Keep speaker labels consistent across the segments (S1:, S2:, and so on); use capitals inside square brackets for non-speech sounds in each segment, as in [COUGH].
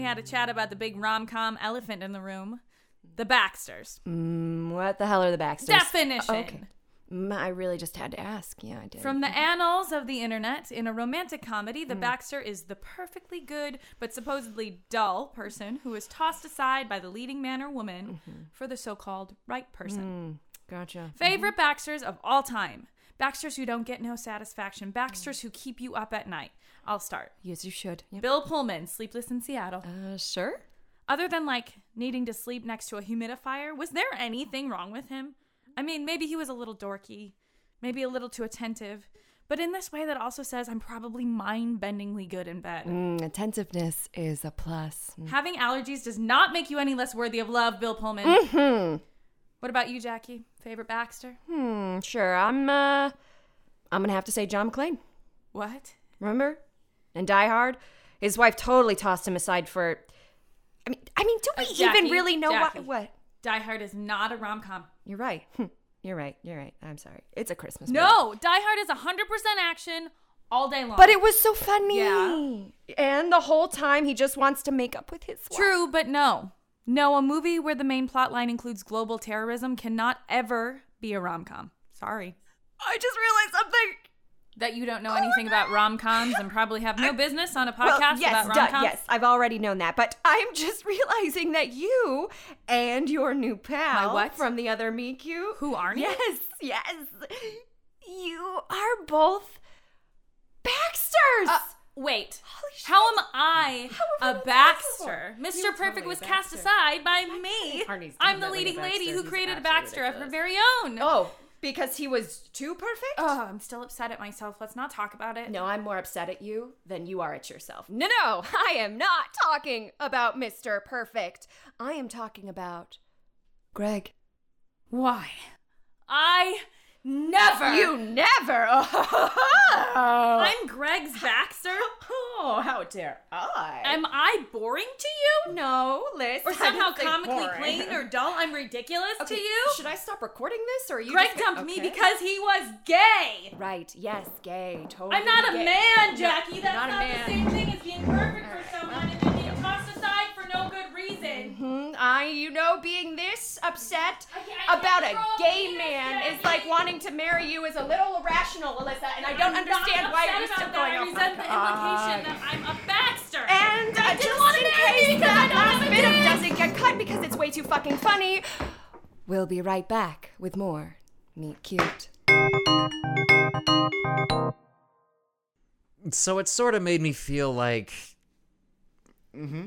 S1: had a chat about the big rom com elephant in the room the Baxters.
S2: Mm, What the hell are the Baxters?
S1: Definition.
S2: Okay. Mm, I really just had to ask. Yeah, I did.
S1: From the annals of the internet, in a romantic comedy, the Baxter is the perfectly good but supposedly dull person who is tossed aside by the leading man or woman for the so called right person.
S2: gotcha.
S1: Favorite Baxters of all time Baxters who don't get no satisfaction, Baxters who keep you up at night. I'll start.
S2: Yes, you should. Yep.
S1: Bill Pullman, Sleepless in Seattle.
S2: Uh, sure.
S1: Other than like needing to sleep next to a humidifier, was there anything wrong with him? I mean, maybe he was a little dorky, maybe a little too attentive, but in this way that also says I'm probably mind bendingly good in bed.
S2: Mm, attentiveness is a plus.
S1: Having allergies does not make you any less worthy of love, Bill Pullman. What about you, Jackie? Favorite Baxter?
S2: Mm-hmm. Hmm, sure. I'm. uh I'm gonna have to say John McClane.
S1: What?
S2: Remember? And Die Hard. His wife totally tossed him aside for. I mean, I mean, do we even
S1: Uh, Jackie,
S2: really know
S1: Jackie.
S2: why? What?
S1: Die Hard is not a rom com.
S2: You're right. [LAUGHS] Hmm. You're right. You're right. I'm sorry. It's a Christmas. movie.
S1: No, Die Hard is 100% action all day long.
S2: But it was so funny.
S1: Yeah.
S2: And the whole time he just wants to make up with his wife.
S1: True, but no. No, a movie where the main plot line includes global terrorism cannot ever be a rom com. Sorry. Oh
S2: I just realized something.
S1: That you don't know anything about rom coms and probably have no business on a podcast
S2: well, yes,
S1: about
S2: duh,
S1: rom coms.
S2: yes, I've already known that, but I'm [LAUGHS] just realizing that you and your new pal
S1: My what?
S2: from the other Me Cute,
S1: Who aren't you?
S2: Yes, yes, you are both Baxters.
S1: Uh, wait.
S2: Holy shit.
S1: How am I
S2: How am I
S1: a
S2: not
S1: Baxter?
S2: possible?
S1: Mr.
S2: You're
S1: Perfect
S2: totally
S1: was
S2: a
S1: cast
S2: Baxter.
S1: aside by me.
S2: Arnie's
S1: I'm the
S2: definitely a
S1: leading
S2: Baxter.
S1: lady who
S2: He's
S1: created a
S2: absolutely
S1: Baxter of her
S2: ridiculous.
S1: very own.
S2: Oh, because he was too perfect?
S1: Ugh, I'm still upset at myself. Let's not talk about it.
S2: No, I'm more upset at you than you are at yourself. No, no, [LAUGHS] I am not talking about Mr. Perfect. I am talking about Greg.
S1: Why? I never.
S2: You never. [LAUGHS] Oh,
S1: I'm Greg's Baxter.
S2: oh how dare I?
S1: Am I boring to you?
S2: no, Liz.
S1: Or
S2: I
S1: somehow
S2: didn't say
S1: comically
S2: boring.
S1: plain [LAUGHS] or dull? I'm ridiculous
S2: Okay,
S1: to you?
S2: Should I stop recording this or are you?
S1: Greg
S2: just gonna-
S1: dumped me
S2: okay.
S1: because he was gay.
S2: Right. Yes. Gay. Totally.
S1: I'm not a
S2: gay.
S1: man, Jackie. That's
S2: not
S1: not,
S2: a man.
S1: the same thing as being perfect
S2: All right,
S1: for someone and then being tossed aside for no good reason.
S2: Hmm, I, you know, being this upset
S1: Okay, I can't
S2: about a
S1: throw a
S2: gay
S1: penis
S2: man
S1: at
S2: is
S1: you.
S2: like wanting to marry you is a little irrational, Alyssa, and I don't
S1: I'm not
S2: understand why
S1: upset
S2: you're still
S1: about
S2: going
S1: that. I
S2: off my
S1: resent the
S2: God.
S1: implication that I'm a Baxter.
S2: And uh, just
S1: wanna
S2: in
S1: marry
S2: case
S1: you 'cause I
S2: that
S1: don't
S2: last
S1: have a
S2: bit of
S1: dick.
S2: doesn't get cut because it's way too fucking funny, we'll be right back with more Meet Cute.
S3: so it sort of made me feel like mm-hmm.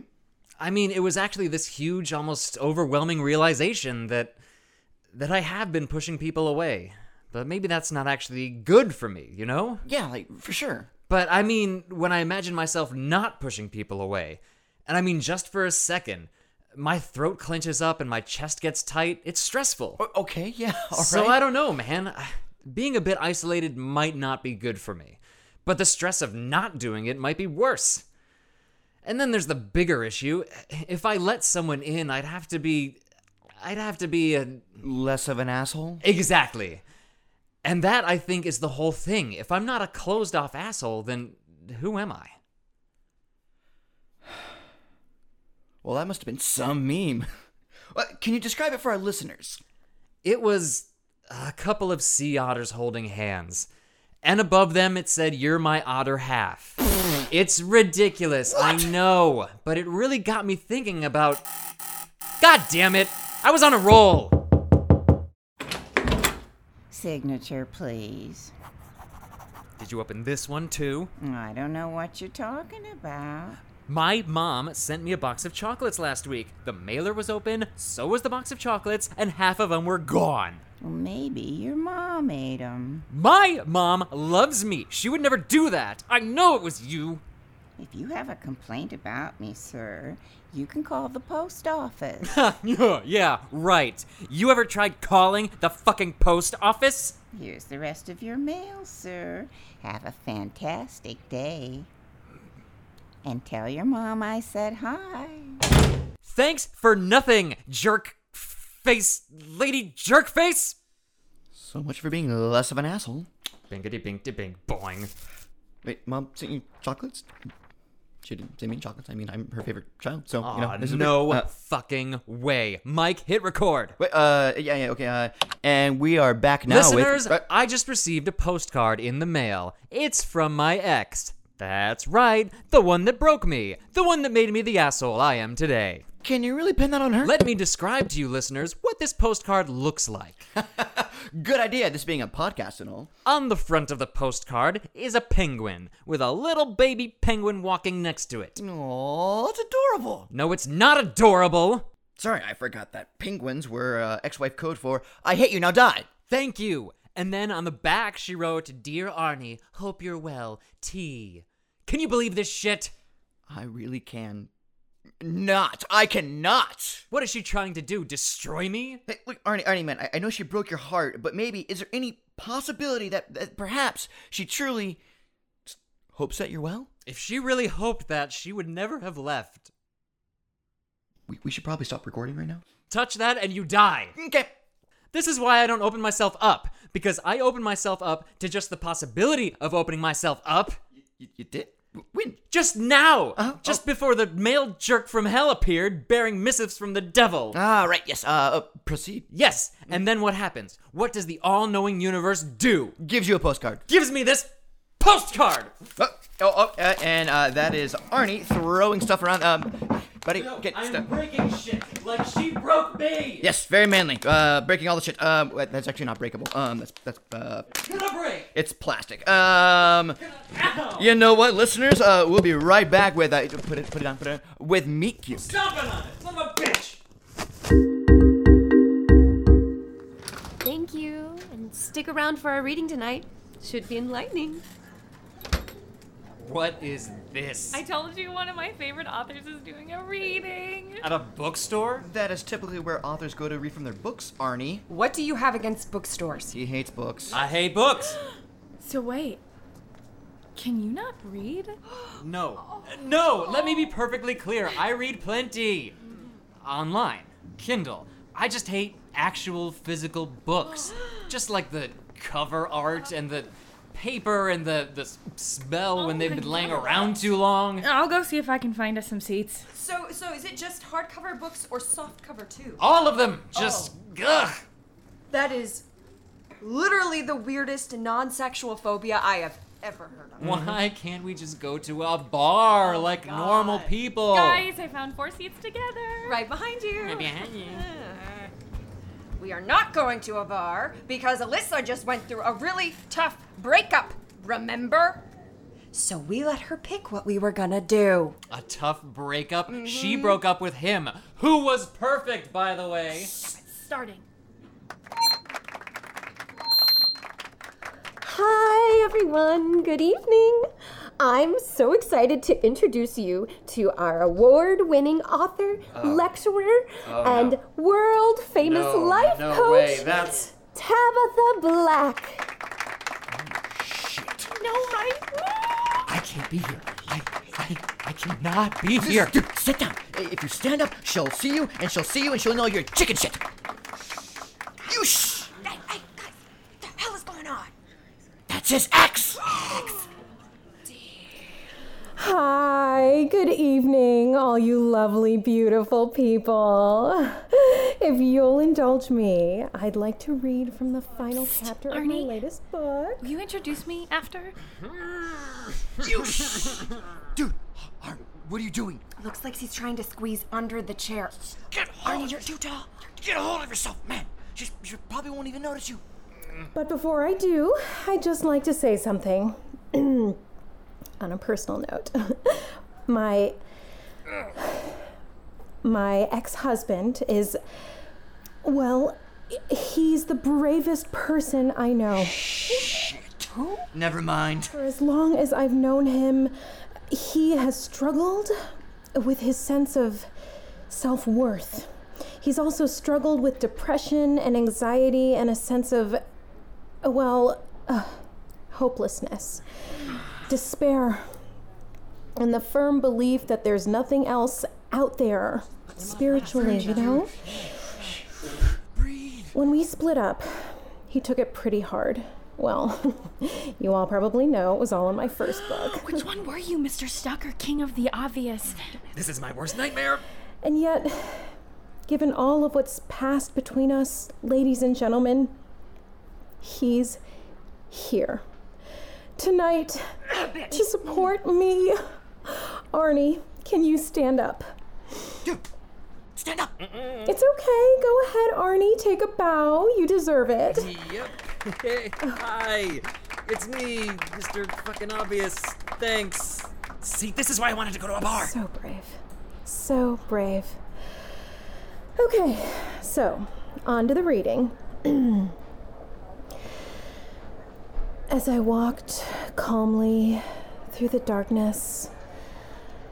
S3: i mean it was actually this huge almost overwhelming realization that that i have been pushing people away but maybe that's not actually good for me you know
S4: Yeah, like for sure.
S3: but i mean when i imagine myself not pushing people away and i mean just for a second my throat clenches up and my chest gets tight it's stressful
S4: O- Okay, yeah. [LAUGHS] all right.
S3: so I don't know, man. Being a bit isolated might not be good for me, but the stress of not doing it might be worse. And then there's the bigger issue. If I let someone in, I'd have to be I'd have to be a
S4: less of an asshole.
S3: exactly. And that I think is the whole thing. If I'm not a closed off asshole, then who am I?
S4: Well, that must have been some meme. [LAUGHS] Well, Can you describe it for our listeners?
S3: It was a couple of sea otters holding hands. And above them, it said, You're my otter half. it's ridiculous, I know, but it really got me thinking about. God damn it! I was on a roll!
S5: Signature, please.
S3: Did you open this one too?
S5: I don't know what you're talking about.
S3: My mom sent me a box of chocolates last week. The mailer was open, so was the box of chocolates, and half of them were gone.
S5: Well, maybe your mom ate 'em.
S3: My mom loves me. She would never do that. I know it was you.
S5: If you have a complaint about me, sir, you can call the post office.
S3: yeah, [LAUGHS] yeah, right. You ever tried calling the fucking post office?
S5: Here's the rest of your mail, sir. Have a fantastic day. And tell your mom I said hi.
S3: Thanks for nothing, jerk face, lady jerk face.
S4: So much for being less of an asshole.
S3: Binkity bink de bink boing.
S4: Wait, mom sent you chocolates? She didn't say mean chocolates. I mean, I'm her favorite child. So, you
S3: Aw,
S4: know, this is
S3: no
S4: weird. Uh,
S3: fucking way. Mike, hit record.
S4: wait, uh, yeah, yeah, okay. Uh, and we are back now
S3: Listeners,
S4: with. uh,
S3: I just received a postcard in the mail. It's from my ex. That's right, the one that broke me, the one that made me the asshole I am today.
S4: can you really pin that on her?
S3: Let me describe to you, listeners, what this postcard looks like.
S4: Good idea. This being a podcast and all.
S3: On the front of the postcard is a penguin, with a little baby penguin walking next to it.
S4: Aw, that's adorable.
S3: No, it's not adorable!
S4: Sorry, I forgot that penguins were uh, ex-wife code for "I hate you now, die."
S3: Thank you. And then on the back, she wrote, Dear Arnie, hope you're well. T. Can you believe this shit?
S4: I really can not. I cannot.
S3: What is she trying to do? Destroy me?
S4: Hey, look, Arnie, Arnie, man, I, I know she broke your heart, but maybe is there any possibility that, that perhaps she truly s- hopes that you're well?
S3: If she really hoped that, she would never have left.
S4: We, we should probably stop recording right now.
S3: Touch that and you die.
S4: Okay.
S3: This is why I don't open myself up, because I open myself up to just the possibility of opening myself up.
S4: You, you did W- win.
S3: Just now!
S4: Uh-huh.
S3: Just
S4: Oh.
S3: before the male jerk from hell appeared, bearing missives from the devil.
S4: Ah, right. Yes. Uh, uh proceed.
S3: yes, and then what happens? What does the all knowing universe do?
S4: Gives you a postcard.
S3: Gives me this postcard!
S4: Oh, oh, oh uh, and uh, that is Arnie throwing stuff around. Um, buddy, get stuff.
S3: breaking shit like she broke me!
S4: Yes, very manly. Uh, breaking all the shit. Um, wait, that's actually not breakable. Um, that's that's uh,
S3: Gonna break!
S4: it's plastic. Um. You know what, listeners? Uh, we'll be right back with uh, put it, put it on, put it on, with Meat Cute.
S3: Stop it on it, son of a bitch!
S2: Thank you, and stick around for our reading tonight. Should be enlightening.
S3: What is this?
S1: I told you one of my favorite authors is doing a reading.
S3: At a bookstore?
S4: That is typically where authors go to read from their books. Arnie,
S2: What do you have against bookstores?
S4: he hates books.
S3: I hate books.
S1: So wait. Can you not read?
S3: No. No, let me be perfectly clear. I read plenty. Online, Kindle. I just hate actual physical books. Just like the cover art and the paper and the, the s- smell when they've
S1: my
S3: been laying
S1: God.
S3: around too long.
S1: I'll go see if I can find us some seats.
S6: So, so is it just hardcover books or softcover too?
S3: All of them just ugh.
S6: That is literally the weirdest non-sexual phobia I have ever heard of.
S3: Why can't we just go to a bar like normal people?
S1: Guys, I found four seats together.
S6: Right behind you. [LAUGHS]
S3: Behind you.
S6: We are not going to a bar because Alyssa just went through a really tough breakup. Remember? So we let her pick what we were gonna do.
S3: A tough breakup. She broke up with him, who was perfect, by the way.
S1: Starting.
S7: Hi, everyone. Good evening. I'm so excited to introduce you to our award winning author, lecturer, and world famous life coach,
S4: That's
S7: Tabitha Black.
S4: shit.
S7: No, right?
S3: I can't be here. I, I, I cannot be
S4: Here,
S3: here.
S4: dude, sit down. If you stand up, she'll see you, and she'll see you, and she'll know your chicken shit. You shh.
S6: Hey, hey, guys, what the hell is going on?
S4: That's his ex.
S7: Hi, good evening, all you lovely, beautiful people. If you'll indulge me, I'd like to read from the final chapter of my
S1: Arnie.
S7: latest book.
S1: Will you introduce me after?
S4: You shh. Dude, Arnie, what are you doing?
S6: Looks like she's trying to squeeze under the chair.
S4: Get hold of yourself. Get a hold of yourself, man. She, she probably won't even notice you.
S7: But before I do, I'd just like to say something [CLEARS THROAT] on a personal note. [LAUGHS] my my ex-husband is well, h- he's the bravest person I know.
S4: Never mind.
S7: For as long as I've known him, he has struggled with his sense of self worth. He's also struggled with depression and anxiety and a sense of, well, uh, hopelessness, despair, and the firm belief that there's nothing else out there spiritually, you know? When we split up, he took it pretty hard. Well, [LAUGHS] you all probably know it was all in my first book.
S1: Which one were you, Mr. Stucker, king of the obvious?
S3: This is my worst nightmare.
S7: And yet, given all of what's passed between us, ladies and gentlemen, he's here. Tonight, to support me. Arnie, can you stand up?
S4: Stand up.
S7: It's okay. Go ahead, Arnie. Take a bow. You deserve it.
S3: Yep. Hey, hi. It's me, Mr. Fucking Obvious. Thanks. See, this is why I wanted to go to a bar.
S7: So brave. So brave. Okay, so on to the reading. [CLEARS THROAT] As I walked calmly through the darkness,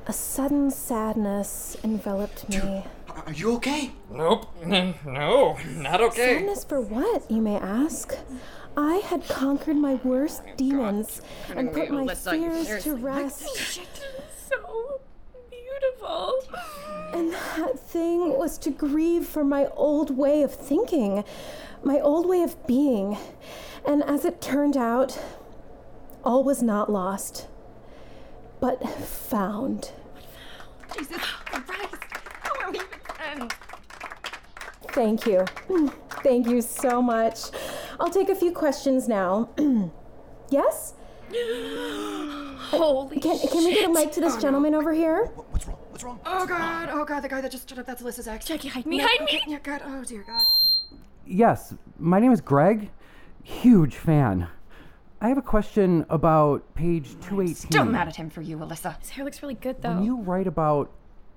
S7: a sudden sadness enveloped me.
S4: Are are you okay?
S3: Nope. [LAUGHS] No, not okay.
S7: Sadness for what, you may ask? I had conquered my worst demons and put my fears to rest,
S1: So beautiful.
S7: and that thing was to grieve for my old way of thinking, my old way of being. And as it turned out, all was not lost, but found.
S2: Jesus Christ. How are we even end?
S7: Thank you. Mm, Thank you so much. I'll take a few questions now. [CLEARS THROAT] yes?
S2: Holy
S7: Can, can we get a mic to this gentleman over here?
S4: What- What's wrong? What's wrong?
S2: Oh god, oh god, the guy that just stood up, that's Alyssa's ex. Jackie, hide
S1: me,
S2: no,
S1: hide
S2: okay,
S1: me.
S2: Yeah, god, oh dear god.
S8: Yes, my name is Greg. Huge fan. I have a question about page 218.
S2: Still mad at him for you, Alyssa.
S1: His hair looks really good,
S8: When
S1: though.
S8: you write about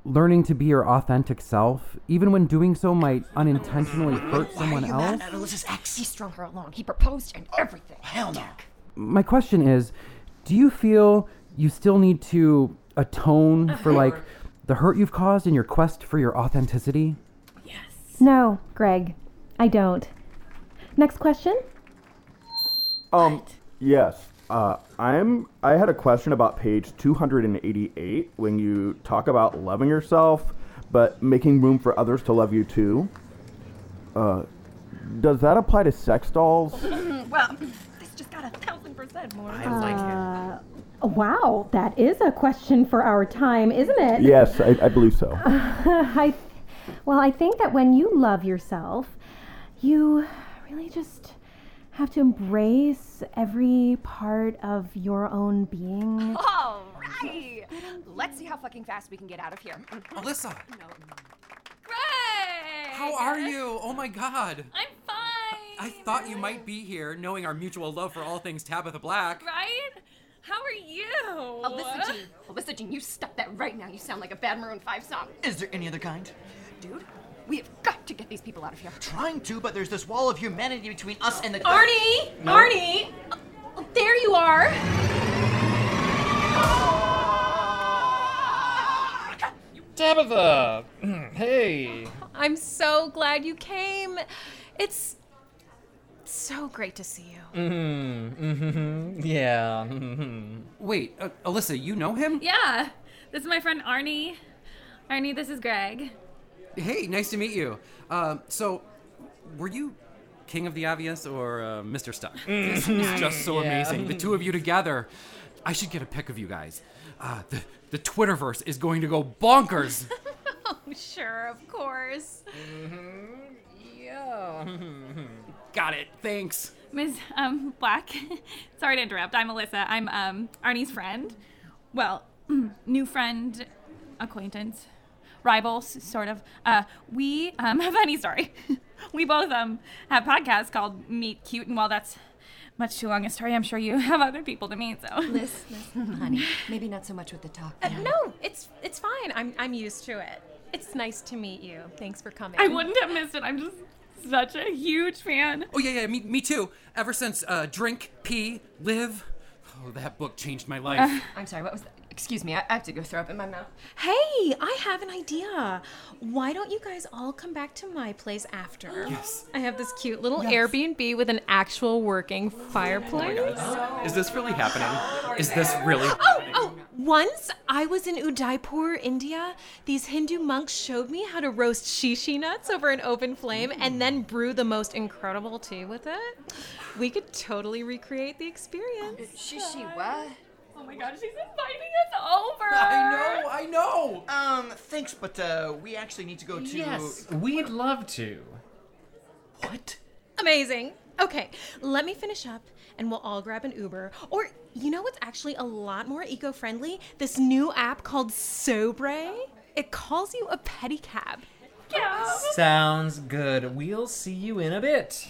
S8: learning to be your authentic self, even when doing so might unintentionally hurt someone
S4: Are you mad
S8: else,
S4: at Alyssa's ex? Oh,
S2: He strung her along. He proposed and everything.
S4: Hell no.
S8: my question is do you feel you still need to atone for like the hurt you've caused in your quest for your authenticity?
S9: No, Greg, I don't. Next question?
S10: Um, yes. Uh, I'm. I had a question about page 288 when you talk about loving yourself, but making room for others to love you too. Uh, does that apply to sex dolls?
S2: Well, this just got a thousand percent more.
S3: I like it.
S9: Wow, that is a question for our time, isn't it?
S10: yes, I, I believe so.
S9: [LAUGHS] I, well, I think that when you love yourself, you really just have to embrace every part of your own
S11: [LAUGHS] Oh,
S9: being.
S2: All right. Let's see how fucking fast we can get out of here.
S3: Alyssa,
S1: Greg!
S3: how are you? Oh my god.
S1: I'm fine.
S3: I thought you might be here, knowing our mutual love for all things Tabitha Black.
S1: Right? How are you?
S2: Alyssa Jean, Alyssa Jean, you stop that right now. You sound like a bad Maroon 5 song.
S4: Is there any other kind?
S2: Dude, we have got to get these people out of here.
S4: Trying to, but there's this wall of humanity between us and the.
S2: Arnie! Arnie! Oh, There you are!
S3: Tabitha! [CLEARS THROAT] Hey.
S2: I'm so glad you came. It's so great to see you.
S3: Mm-hmm. Yeah. Wait, uh, Alyssa, you know him?
S1: Yeah. This is my friend Arnie. Arnie, this is Greg.
S3: Hey, nice to meet you. Uh, so, were you King of the Obvious or uh, Mr. Stuck?
S4: [LAUGHS]
S3: this is just so amazing. The two of you together. I should get a pic of you guys. Uh, the, the Twitterverse is going to go bonkers.
S4: [LAUGHS]
S2: Sure, of course.
S3: yeah. Got it. Thanks.
S1: Ms. Um, Black. [LAUGHS] Sorry to interrupt. I'm Alyssa. I'm um, Arnie's friend. Well, [CLEARS THROAT] new friend, acquaintance, rival, s- sort of. Uh, we um, [LAUGHS] funny story. we both um have podcasts called Meet Cute, and while that's much too long a story, I'm sure you [LAUGHS] have other people to meet. So [LAUGHS]
S12: Honey, maybe not so much with the talk.
S11: No, it's it's fine. I'm I'm used to it. It's nice to meet you. Thanks for coming.
S1: I wouldn't have missed it. I'm just such a huge fan.
S3: Oh, yeah, yeah, me, me too. Ever since uh, Drink, Pee, Live. Oh, that book changed my life.
S2: [LAUGHS] I'm sorry, what was that? Excuse me, I, I have to go throw up in my mouth.
S11: Hey, I have an idea. Why don't you guys all come back to my place after? Yes. I have this cute little Airbnb with an actual working fireplace.
S3: Is this really happening? Is this really?
S11: Oh, oh,
S7: Once I was in Udaipur, India, these Hindu monks showed me how to roast shishi nuts over an open flame and then brew the most incredible tea with it. We could totally recreate the experience. Shishi what?
S1: Oh my god, she's inviting us over.
S4: I know, I know. Uh, Um, thanks, but uh, we actually need to go to.
S7: Yes.
S3: We'd love to.
S7: Amazing. Okay, let me finish up and we'll all grab an Uber. Or, you know what's actually a lot more eco friendly? This new app called Sobre. It calls you a pedicab.
S3: Sounds good. We'll see you in a bit.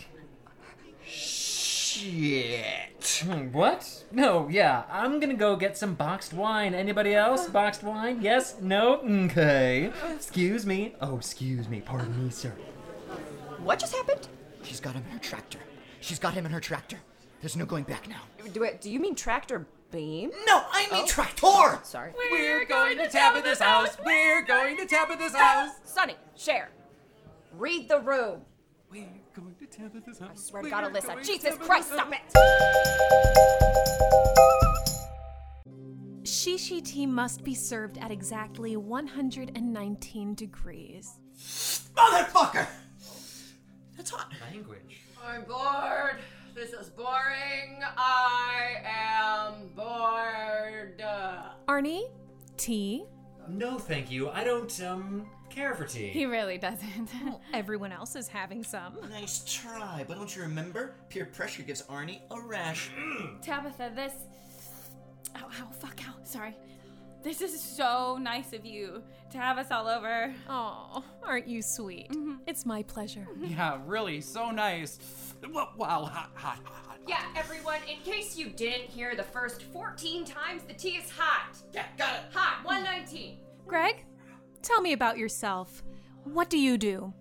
S4: Shit.
S3: Hmm, What? No, yeah. I'm gonna go get some boxed wine. Anybody else? Boxed wine? Yes? No? Okay. Excuse me. Oh, excuse me. Pardon me, sir.
S2: What just happened?
S4: She's got him in her tractor. She's got him in her tractor. There's no going back now.
S2: Do, it, do you mean tractor beam?
S4: No, I mean tractor.
S2: Sorry.
S4: We're going to Tabitha's house. We're going to Tabitha's
S2: house. Sonny, share. Read the room.
S13: We're going to Tabitha's house. I
S2: Swear to God, Alyssa. Jesus Christ, stop it.
S7: Shishi tea must be served at exactly 119 degrees.
S4: Motherfucker! That's hot.
S3: Language.
S14: I'm bored. This is boring. I am bored.
S7: Arnie, tea?
S3: No, thank you. I don't, um, care for tea.
S7: really doesn't.
S2: [LAUGHS]
S7: Well, everyone else is having some.
S4: Nice try, but don't you remember? Peer pressure gives Arnie a
S3: [LAUGHS]
S4: rash.
S1: Tabitha, this. Oh, ow, fuck, ow. Sorry. This is so nice of you to have us all over.
S7: Oh, aren't you sweet?
S1: Mm-hmm.
S7: It's my pleasure.
S13: Yeah, really, so nice. Wow, wow, hot, hot, hot.
S14: Yeah, everyone, in case you didn't hear the first 14 times, the tea is hot.
S4: Yeah, got it.
S14: Hot, 119.
S7: Greg, tell me about yourself. What do you do?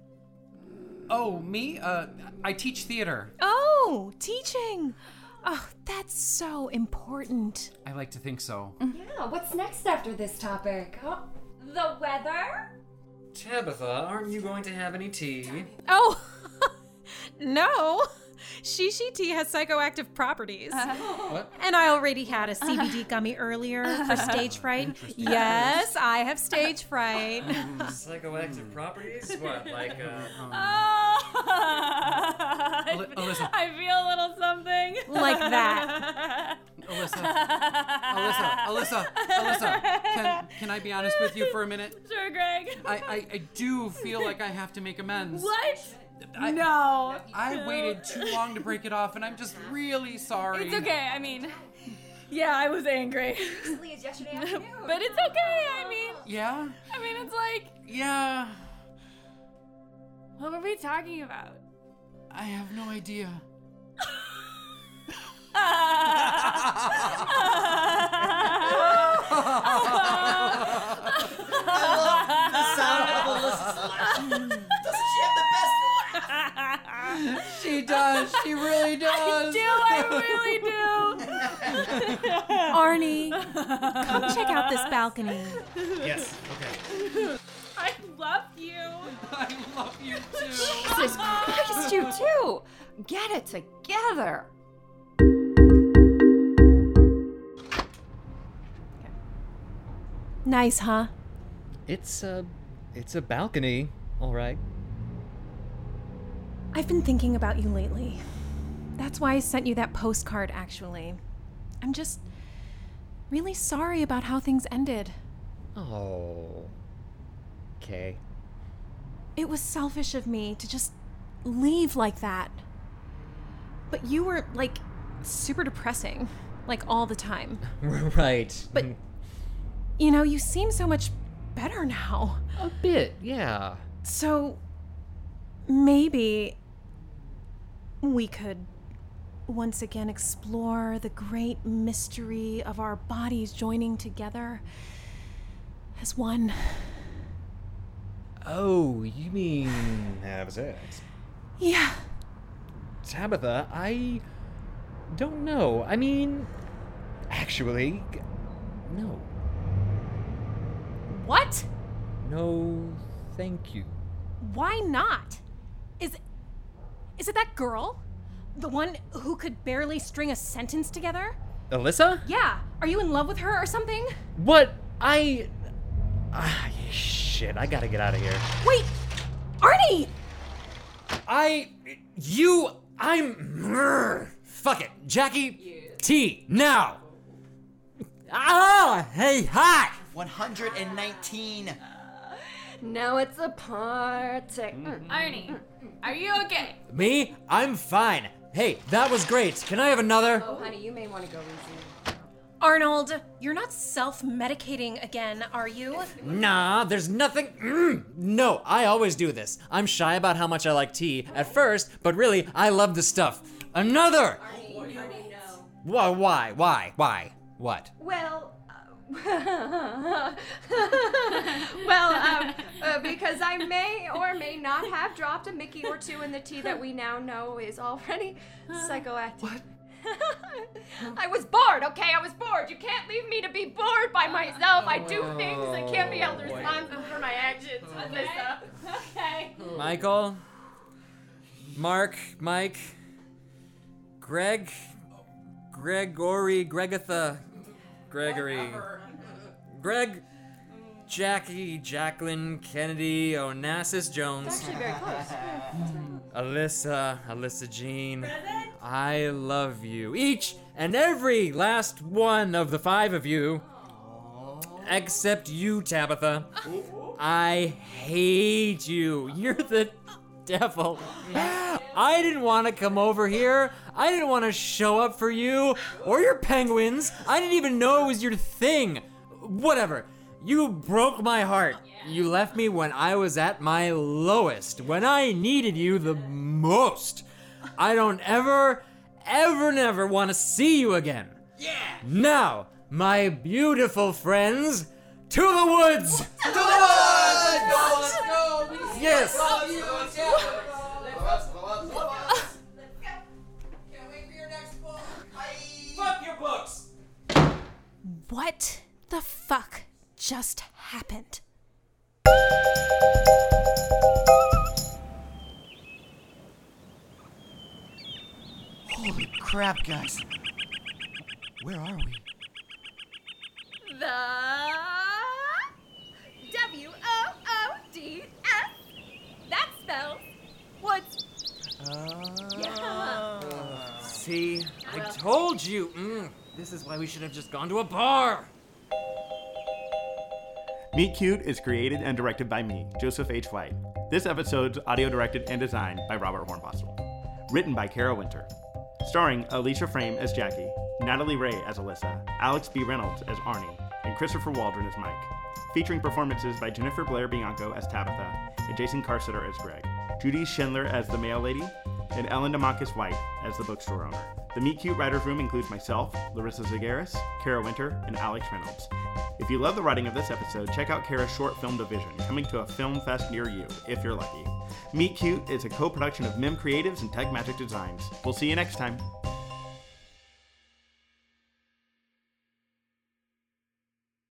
S13: Oh, me? Uh, I teach theater.
S7: Oh, teaching. Oh, that's so important.
S13: I like to think so.
S2: Yeah, what's next after this topic? Oh, the weather?
S3: Tabitha, aren't you going to have any tea?
S7: Oh, [LAUGHS] no. Shishi tea has psychoactive properties.
S3: What?
S7: And I already had
S2: [LAUGHS]
S7: a CBD gummy earlier for stage fright. Yes, I have stage fright.
S3: Mm, Psychoactive properties? What,
S13: [LAUGHS]
S3: like, uh.
S13: Alyssa.
S1: Oh. [LAUGHS] I feel a little something.
S7: Like that.
S13: Alyssa,
S1: [LAUGHS]
S13: Alyssa, Alyssa, can, can I be honest with you for a minute?
S1: Sure, Greg.
S13: I, I, I do feel like I have to make amends.
S1: What?
S13: I,
S1: no.
S13: I waited too long to break it off, and I'm just really sorry.
S1: It's okay. I mean, yeah, I was angry,
S14: yesterday afternoon.
S1: [LAUGHS] but it's okay. I mean,
S13: Yeah?
S1: I mean, it's like,
S13: Yeah.
S1: what were we talking about?
S13: I have no
S1: [LAUGHS]
S13: idea. She does. She really does.
S1: Do I really do?
S7: Arnie, come check out this balcony.
S3: Yes, okay.
S1: I love you.
S13: [LAUGHS] I love you too.
S2: Jesus Christ, you too. Get it together.
S7: Nice, huh?
S3: It's a, it's a balcony. All right.
S7: I've been thinking about you lately. That's why I sent you that postcard, actually. I'm just really sorry about how things ended.
S3: Oh. Okay. [LAUGHS]
S7: It was selfish of me to just leave like that. But you were, like, super depressing, like, all the time.
S3: right.
S7: But- You know, you seem so much better now.
S3: a bit, yeah.
S7: So maybe we could once again explore the great mystery of our bodies joining together as one.
S3: Oh, you mean have sex?
S7: Yeah.
S3: Tabitha, I don't know. I mean, actually, g- no.
S7: What?
S3: No, thank you.
S7: Why not? Is is it that girl? The one who could barely string a sentence together?
S3: Alyssa?
S7: Yeah. Are you in love with her or something?
S3: What? I. Ah, shit, I gotta get out of here.
S7: Wait, Arnie!
S3: I. You. I'm. Grr. Fuck it. Jackie T, now! Ah, hey, hi!
S4: 119.
S2: Now it's a party.
S1: Arnie, are you okay?
S3: Me? I'm fine. Hey, that was great. Can I have another?
S2: Oh, honey, you may want to go easy.
S7: Arnold, you're not self medicating again, are you?
S3: Nah, there's nothing. Mm. No, I always do this. I'm shy about how much I like tea at first, but really, I love the stuff. Another! Why, why, why, why? What?
S2: Well, uh, [LAUGHS] well, um, uh, because I may or may not have dropped a Mickey or two in the tea that we now know is already psychoactive. What? [LAUGHS] I was bored, okay? I was bored. You can't leave me to be bored by myself. I do things. I can't be held responsible for my actions, Melissa. Okay.
S3: Michael? Mark? Mike? Greg? Gregory? Gregatha? Gregory? Greg? Jackie? Jacqueline? Kennedy? Onassis Jones?
S2: Actually, very close.
S3: [LAUGHS] Alyssa, Alyssa Jean, I love you. Each and every last one of the five of you, except you, Tabitha. I hate you. You're the devil. I didn't want to come over here. I didn't want to show up for you or your penguins. I didn't even know it was your thing. Whatever. You broke my heart. You left me when I was at my lowest, when I needed you the most. I don't ever, ever, never want to see you again. Yeah! Now, my beautiful friends, to the woods!
S4: To the woods! Let's go!
S3: Yes.
S4: Love you, Tabitha. Let's go, let's go, let's go.
S7: Fuck your books! What the fuck just happened?
S4: Holy crap, guys. Where are we?
S2: The W O O D S. That spells woods. Yeah.
S3: See, I told you. Mm, this is why we should have just gone to a bar.
S10: Meet Cute is created and directed by me, Joseph H. White. This episode's audio directed and designed by Robert Hornbostel. Written by Kara Winter. Starring Alicia Frame as Jackie, Natalie Ray as Alyssa, Alex B. Reynolds as Arnie, and Christopher Waldron as Mike. Featuring performances by Jennifer Blair Bianco as Tabitha, and Jason Carceter as Greg, Judy Schindler as the mail lady, and Ellen Demakis White as the bookstore owner. The Meet Cute Writers Room includes myself, Larissa Zagaris, Kara Winter, and Alex Reynolds. If you love the writing of this episode, check out Kara's short film division, coming to a film fest near you, if you're lucky. Meet Cute is a co production of Mim Creatives and Tech Magic Designs. We'll see you next time.